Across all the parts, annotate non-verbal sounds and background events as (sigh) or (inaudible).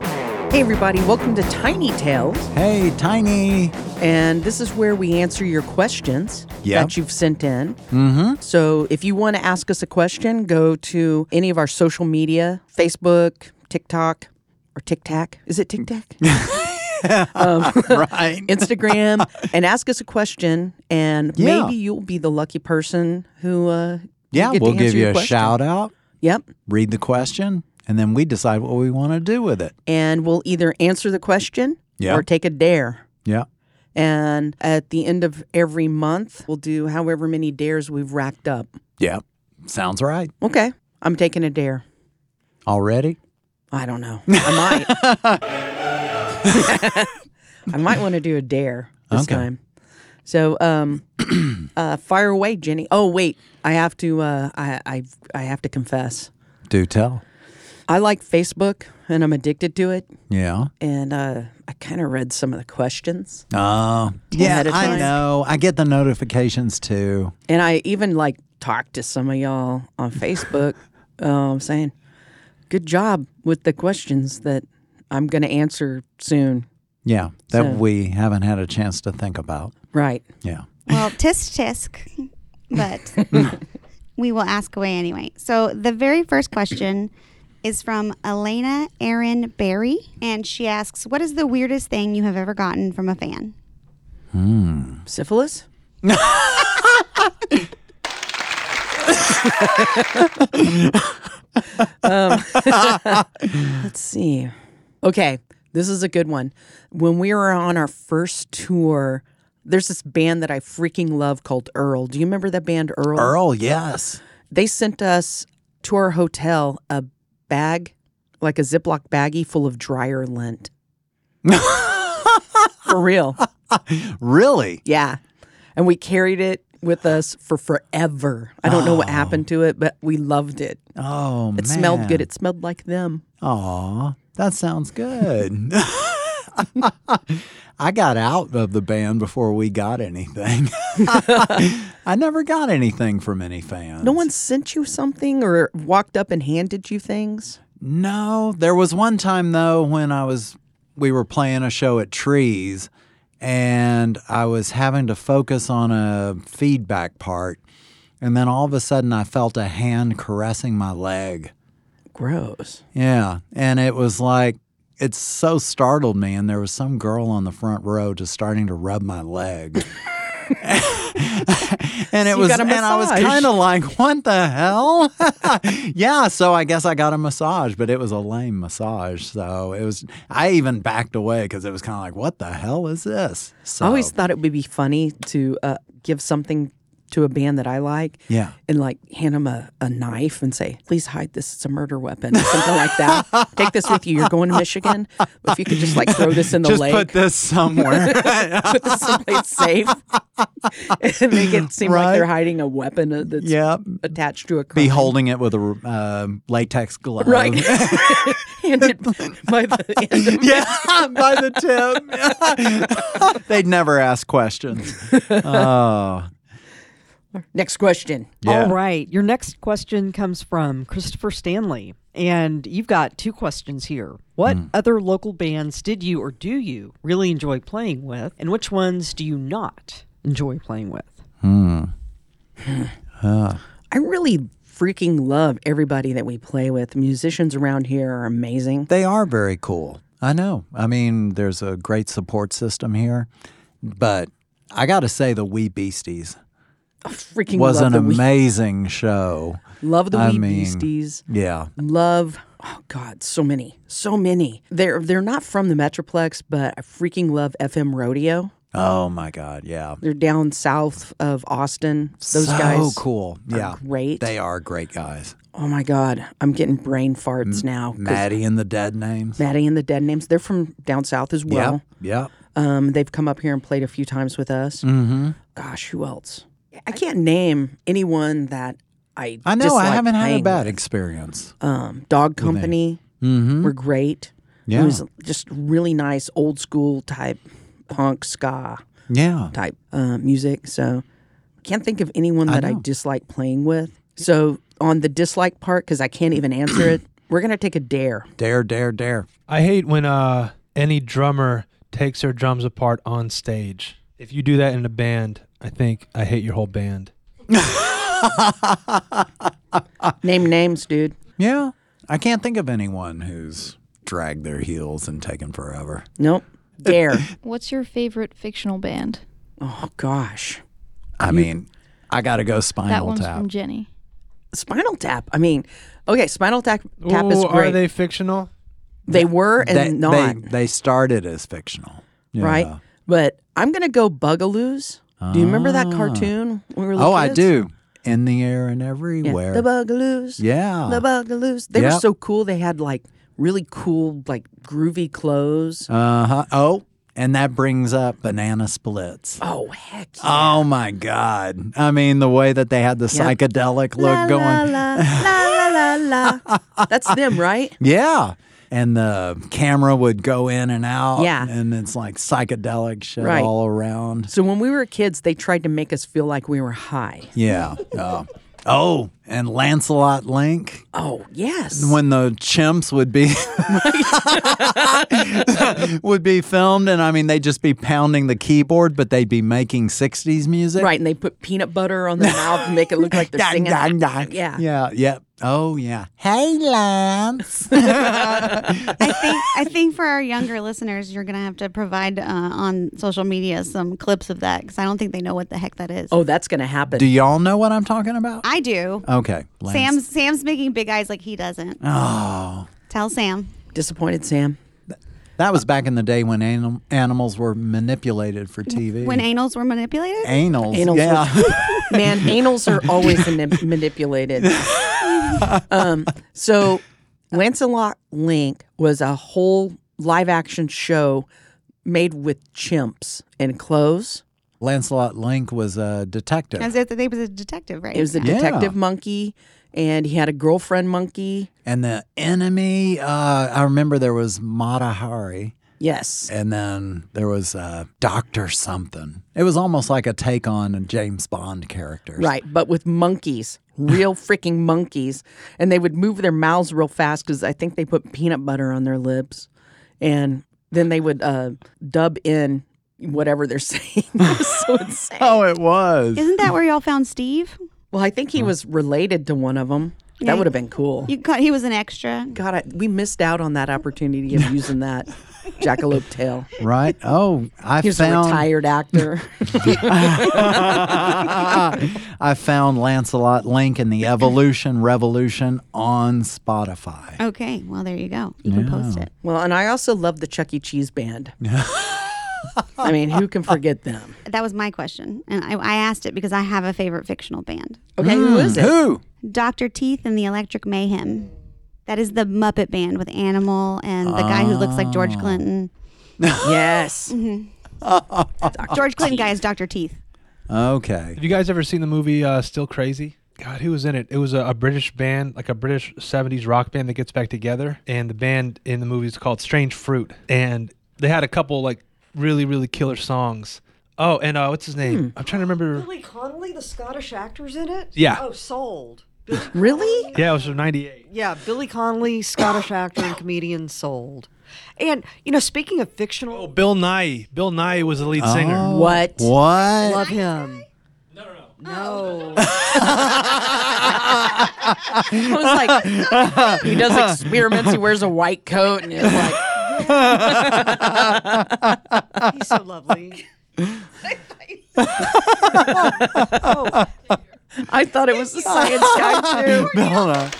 Hey, everybody, welcome to Tiny Tales. Hey, Tiny. And this is where we answer your questions Yeah. that you've sent in. Mm-hmm. So if you want to ask us a question, go to any of our social media Facebook, TikTok, or TikTok. Is it (laughs) TikTok? (laughs) right. Instagram, and ask us a question. And Yeah. maybe you'll be the lucky person who. Uh, yeah, will get to we'll answer give you your a question. shout out, Yep. read the question, and then we decide what we want to do with it. And we'll either answer the question Yeah. or take a dare. Yeah. And at the end of every month, we'll do however many dares we've racked up. Yeah. Sounds right. Okay, I'm taking a dare. Already? I don't know. I might. I might (laughs) want to do a dare this Okay. time. So, um, uh, fire away, Jenny. Oh wait, I have to. Uh, I, I I have to confess. Do tell. I like Facebook, and I'm addicted to it. Yeah. And uh, I kind of read some of the questions. Oh, yeah, ahead of I time. know. I get the notifications too. And I even like talked to some of y'all on Facebook um, saying, good job with the questions that I'm going to answer soon. Yeah, that So- we haven't had a chance to think about. Right. Yeah. Well, tisk tisk, but (laughs) we will ask away anyway. So the very first question is from Elena Erin Berry, and she asks, "What is the weirdest thing you have ever gotten from a fan?" Syphilis? um, (laughs) let's see. Okay, this is a good one. When we were on our first tour, there's this band that I freaking love called Earl. Do you remember that band Earl? Earl, yes. (laughs) they sent us to our hotel a bag, like a Ziploc baggie full of dryer lint. for real. Really? Yeah. And we carried it with us for forever. I don't know what happened to it, but we loved it. Oh, man. It smelled good. It smelled like them. Aw, that sounds good. (laughs) I got out of the band before we got anything. (laughs) I never got anything from any fans. No one sent you something or walked up and handed you things? No, there was one time though when I was we were playing a show at Trees and I was having to focus on a feedback part and then all of a sudden I felt a hand caressing my leg. Gross. Yeah, and it was like it so startled me and there was some girl on the front row just starting to rub my leg. (laughs) (laughs) and it you was got a and I was massage. kind of like, "What the hell?" (laughs) yeah, so I guess I got a massage, but it was a lame massage. So it was I even backed away cuz it was kind of like, "What the hell is this?" So I always thought it would be funny to uh, give something to a band that I like. Yeah. And like hand them a, a knife and say, please hide this. It's a murder weapon or something like that. (laughs) Take this with you. You're going to Michigan. If you could just like throw this in the just lake, (laughs) put this somewhere. (laughs) put this someplace safe (laughs) and make it seem like they're Right. hiding a weapon uh, that's yep. attached to a crime. Be holding it with a um latex glove. Right. (laughs) Handed by the end (laughs) of (laughs) Yeah, by the tip. (laughs) They'd never ask questions. Oh, Next question. yeah. All right. Your next question comes from Christopher Stanley. And you've got two questions here. What other local bands did you or do you really enjoy playing with? And which ones do you not enjoy playing with? I really freaking love everybody that we play with. Musicians around here are amazing. They are very cool. I know. I mean, there's a great support system here, but I got to say, the Wee Beasties freaking was love an the Wee- amazing show. love the I Wee mean- Beasties. Yeah. Love, oh God, so many, so many. They're they're not from the Metroplex, but I freaking love FM Rodeo. Oh my God. Yeah. They're down south of Austin. Those so guys, cool. are Yeah. great. They are great guys. Oh my God, I'm getting brain farts now. 'cause Maddie and the Dead Names. Maddie and the Dead Names. They're from down south as well. Yep. Yep. Um, they've come up here and played a few times with us. Mm-hmm. Gosh, who else? I can't name anyone that I. I know. I dislike haven't had a playing bad with. experience. Um, Dog Company Mm-hmm. were great. Yeah. It was just really nice old school type punk ska Yeah. type uh, music. So can't think of anyone that I, know. dislike playing with. So on the dislike part, because I can't even answer it, We're going to take a dare. Dare, dare, dare. I hate when uh, any drummer takes their drums apart on stage. If you do that in a band, I think I hate your whole band. Name names, dude. Yeah. I can't think of anyone who's dragged their heels and taken forever. Nope. Dare. What's your favorite fictional band? oh, gosh. I mean, I got to go that Spinal one's Tap. from Jenny. Spinal Tap. I mean, okay, Spinal Tap, tap is Ooh, great. Are they fictional? They were and they, not, They, they started as fictional. Yeah. right? But I'm going to go Bugaloos. Do you remember that cartoon? when we were little Ah. Oh, I kids? do. In the air and Yeah, everywhere. The Bugaloos. Yeah. The Bugaloos. They were Yep. so cool. They had like really cool, like groovy clothes. Uh huh. Oh, and that brings up banana splits. oh, heck. yeah. Oh my God. I mean, the way that they had the Yep. psychedelic look La, going. La, la, la, la, la, (laughs) la. That's them, right? Yeah. And the camera would go in and out. Yeah. And it's like psychedelic shit Right. all around. So when we were kids, they tried to make us feel like we were high. Yeah. Uh, oh, and Lancelot Link. Oh, yes. when the chimps would be (laughs) would be filmed and i mean they'd just be pounding the keyboard but they'd be making 60s music right, and they put peanut butter on their mouth and make it look like (laughs) they're Dun, singing. dun, dun. Yeah. yeah yeah oh yeah hey lance I think I think for our younger listeners, you're gonna have to provide uh, on social media some clips of that because I don't think they know what the heck that is. Oh, that's going to happen. do y'all know what i'm talking about I do. okay lance. Sam's Sam's making big eyes like he doesn't. oh Tell Sam. Disappointed, Sam. that was back in the day when anim- animals were manipulated for tv When anals were manipulated, anals, Anals were- yeah Man, anals are always manip- manipulated. um, so, Lancelot Link was a whole live action show made with chimps and clothes. (laughs) lancelot link was a detective as if they was a detective, right? It was a Yeah. detective monkey, and he had a girlfriend monkey. and the enemy uh, i remember there was mata hari Yes. and then there was uh, Doctor Something. It was almost like a take on a James Bond characters. Right, but with monkeys, (laughs) real freaking monkeys, and they would move their mouths real fast because I think they put peanut butter on their lips, and then they would uh, dub in whatever they're (laughs) saying. It was so (laughs) insane. Oh, it was. Isn't that where y'all found Steve? Well, I think he was related to one of them. Yeah. That would have been cool. You caught, he was an extra. God, I, we missed out on that opportunity of using (laughs) that jackalope tail. Right. Oh, I He was a found. retired actor. I found Lancelot Link in the Evolution Revolution on Spotify. Okay, well there you go. You can post it. (laughs) well, and I also love the Chuck E. Cheese band. I mean, who can forget them? That was my question, and I, I asked it because I have a favorite fictional band, Okay, who is it? Who? Doctor Teeth and the Electric Mayhem. That is the Muppet band with Animal and the guy who looks like George Clinton. Yes. George Clinton guy is Doctor Teeth. Okay. Have you guys ever seen the movie uh, Still Crazy? God, who was in it? It was a, a British band, like a British 70s rock band that gets back together. And the band in the movie is called Strange Fruit. And they had a couple, like, really, really killer songs. Oh, and uh, what's his name? Hmm. I'm trying to remember. Billy Connolly, the Scottish actor's in it? Yeah. Oh, sold. Billy, Really? Yeah, it was from 98. yeah, Billy Connolly, Scottish actor and comedian, sold. And, you know, speaking of Oh, fictional, Bill Nye. Bill Nye was the lead singer. What? What? love him. No, no, no. I was like, he does experiments. He wears a white coat, and it's like, No, (laughs) he's so lovely. oh, I thought it was the science guy too. Hold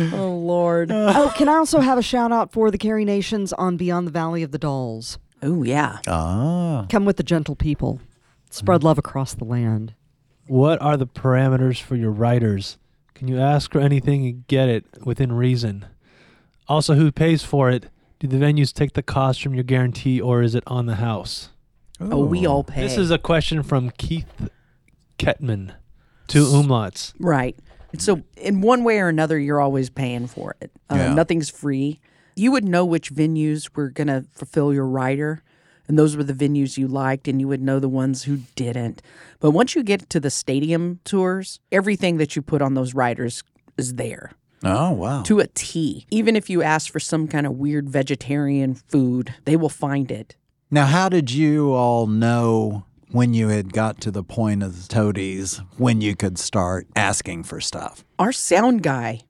Oh Lord. oh, can I also have a shout out for the Carrie Nations on Beyond the Valley of the Dolls? Oh yeah. on. Oh. Come with the gentle people. Spread love across the land. What are the parameters for your writers? Can you ask for anything and get it within reason? Also, who pays for it? Do the venues take the cost from your guarantee or is it on the house? Oh, we all pay. This is a question from Keith Ketman to Umlauts. right. So in one way or another, you're always paying for it. Uh, Yeah. Nothing's free. You would know which venues were gonna fulfill your rider, and those were the venues you liked, and you would know the ones who didn't. But once you get to the stadium tours, everything that you put on those riders is there Oh, wow. to a T. Even if you ask for some kind of weird vegetarian food, they will find it. Now, how did you all know when you had got to the point of toadies when you could start asking for stuff? Our sound guy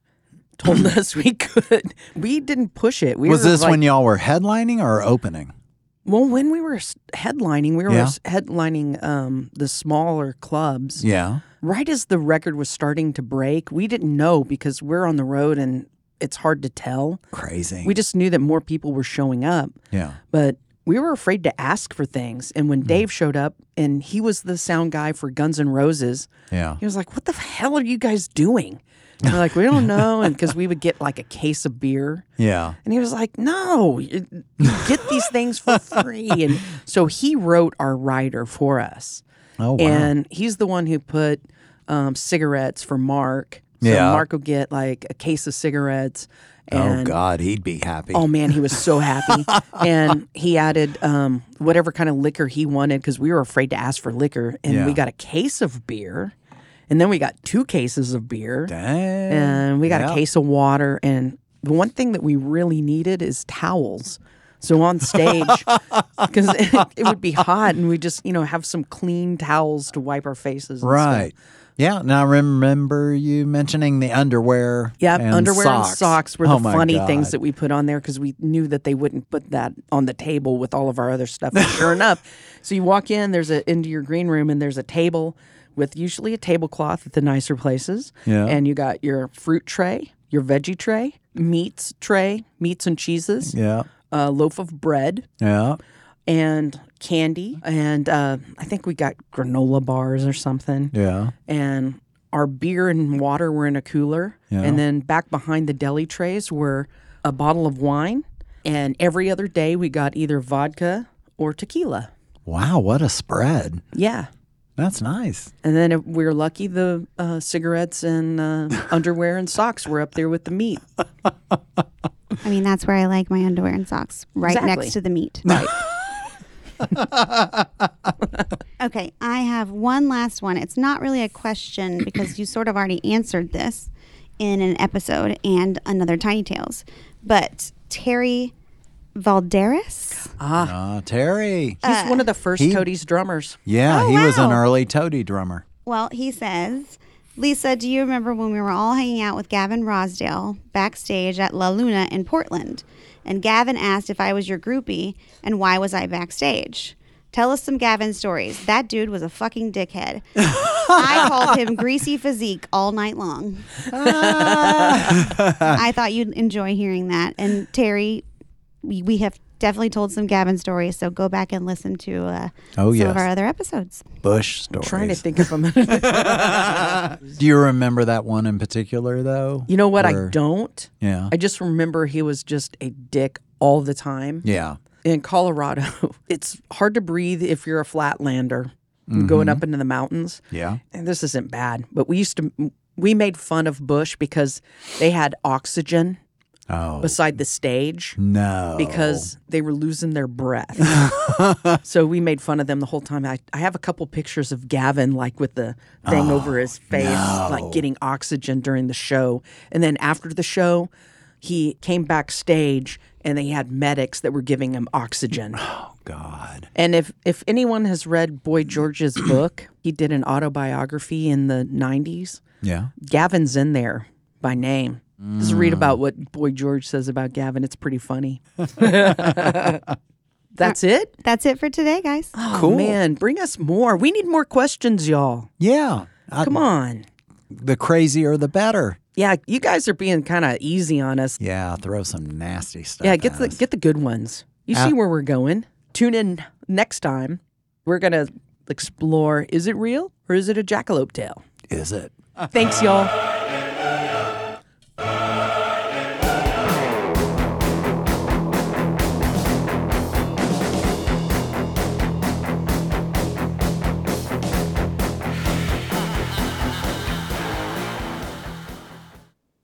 told (laughs) us we could. We didn't push it. We was were this like- when y'all were headlining or opening? Well, when we were s- headlining, we were Yeah. s- headlining um, the smaller clubs. Yeah. Right as the record was starting to break, we didn't know because we're on the road and it's hard to tell. Crazy. We just knew that more people were showing up, yeah. but we were afraid to ask for things. And Mm. when Dave showed up and he was the sound guy for Guns N' Roses, Yeah. he was like, "What the hell are you guys doing?" And we're like, "We (laughs) don't know," and because we would get like a case of beer, Yeah. and he was like, "No, you, you get these things (laughs) for free." And so he wrote our rider for us, Oh, wow. and he's the one who put um, cigarettes for Mark. So Yeah. Mark will get like a case of cigarettes. oh, And God. He'd be happy. Oh man, he was so (laughs) happy, and he added um, whatever kind of liquor he wanted because we were afraid to ask for liquor, and Yeah. we got a case of beer, and then we got two cases of beer, Dang. and we got Yeah. a case of water. And the one thing that we really needed is towels. So on (laughs) stage, because it, (laughs) it would be hot, and we just you know have some clean towels to wipe our faces. and stuff. Right. Yeah. Now, I remember you mentioning the underwear. Yeah, and underwear socks. and socks were Oh, the my funny things God. that we put on there because we knew that they wouldn't put that on the table with all of our other stuff. And (laughs) sure enough, so you walk in, there's a into your green room, and there's a table with usually a tablecloth at the nicer places. Yeah. And you got your fruit tray, your veggie tray, meats tray, meats and cheeses, Yeah. a loaf of bread, Yeah. and candy, and uh, I think we got granola bars or something Yeah. and our beer and water were in a cooler. Yeah. And then back behind the deli trays were a bottle of wine. And every other day we got either vodka or tequila. Wow. What a spread. Yeah. That's nice. And then if we were lucky, the uh, cigarettes and (laughs) uh, underwear and socks were up there with the meat. I mean, that's where I like my underwear and socks, right Exactly. next to the meat. Right. Okay, I have one last one. It's not really a question because you sort of already answered this in an episode and another Tiny Tales. But Terry Valderas? Ah, Ah, Terry. he's one of the first he- Toadies drummers. Yeah, Oh, he was an wow. early Toady drummer. Well, he says, Lisa, do you remember when we were all hanging out with Gavin Rosdale backstage at La Luna in Portland? And Gavin asked if I was your groupie and why was I backstage? Tell us some Gavin stories. That dude was a (laughs) fucking dickhead. I called him greasy physique all night (laughs) long. I thought you'd enjoy hearing that. And Terry, we, we have definitely told some Gavin stories, so go back and listen to uh, Oh, some yes. of our other episodes. Bush Trying to stories. think of him. (laughs) (laughs) Do you remember that one in particular, though? you know what? Or- I don't. Yeah. I just remember he was just a dick all the time. yeah. in Colorado, (laughs) it's hard to breathe if you're a flatlander going up into the mountains. Mm-hmm. Yeah. And this isn't bad, but we used to we made fun of Bush because they had oxygen Oh. beside the stage no. because they were losing their (laughs) breath. so we made fun of them the whole time. I, I have a couple pictures of Gavin like with the Oh, thing over his face, like getting oxygen during the show. And then after the show, he came backstage and they had medics that were giving him oxygen. God. And if if anyone has read Boy (clears throat) George's book, he did an autobiography in the 90s. Yeah. Gavin's in there by name. Just read about what Boy George says about Gavin. It's pretty funny. (laughs) That's it? That's it for today, guys. Oh, cool. Man, bring us more. We need more questions, y'all. Yeah. I- Come on. The crazier, the better. Yeah, you guys are being kind of easy on us. Yeah. Throw some nasty stuff. Yeah, get at the us. get the good ones. You Uh, see where we're going. Tune in next time. We're going to explore is it real or is it a jackalope tale? Is it? Thanks, y'all.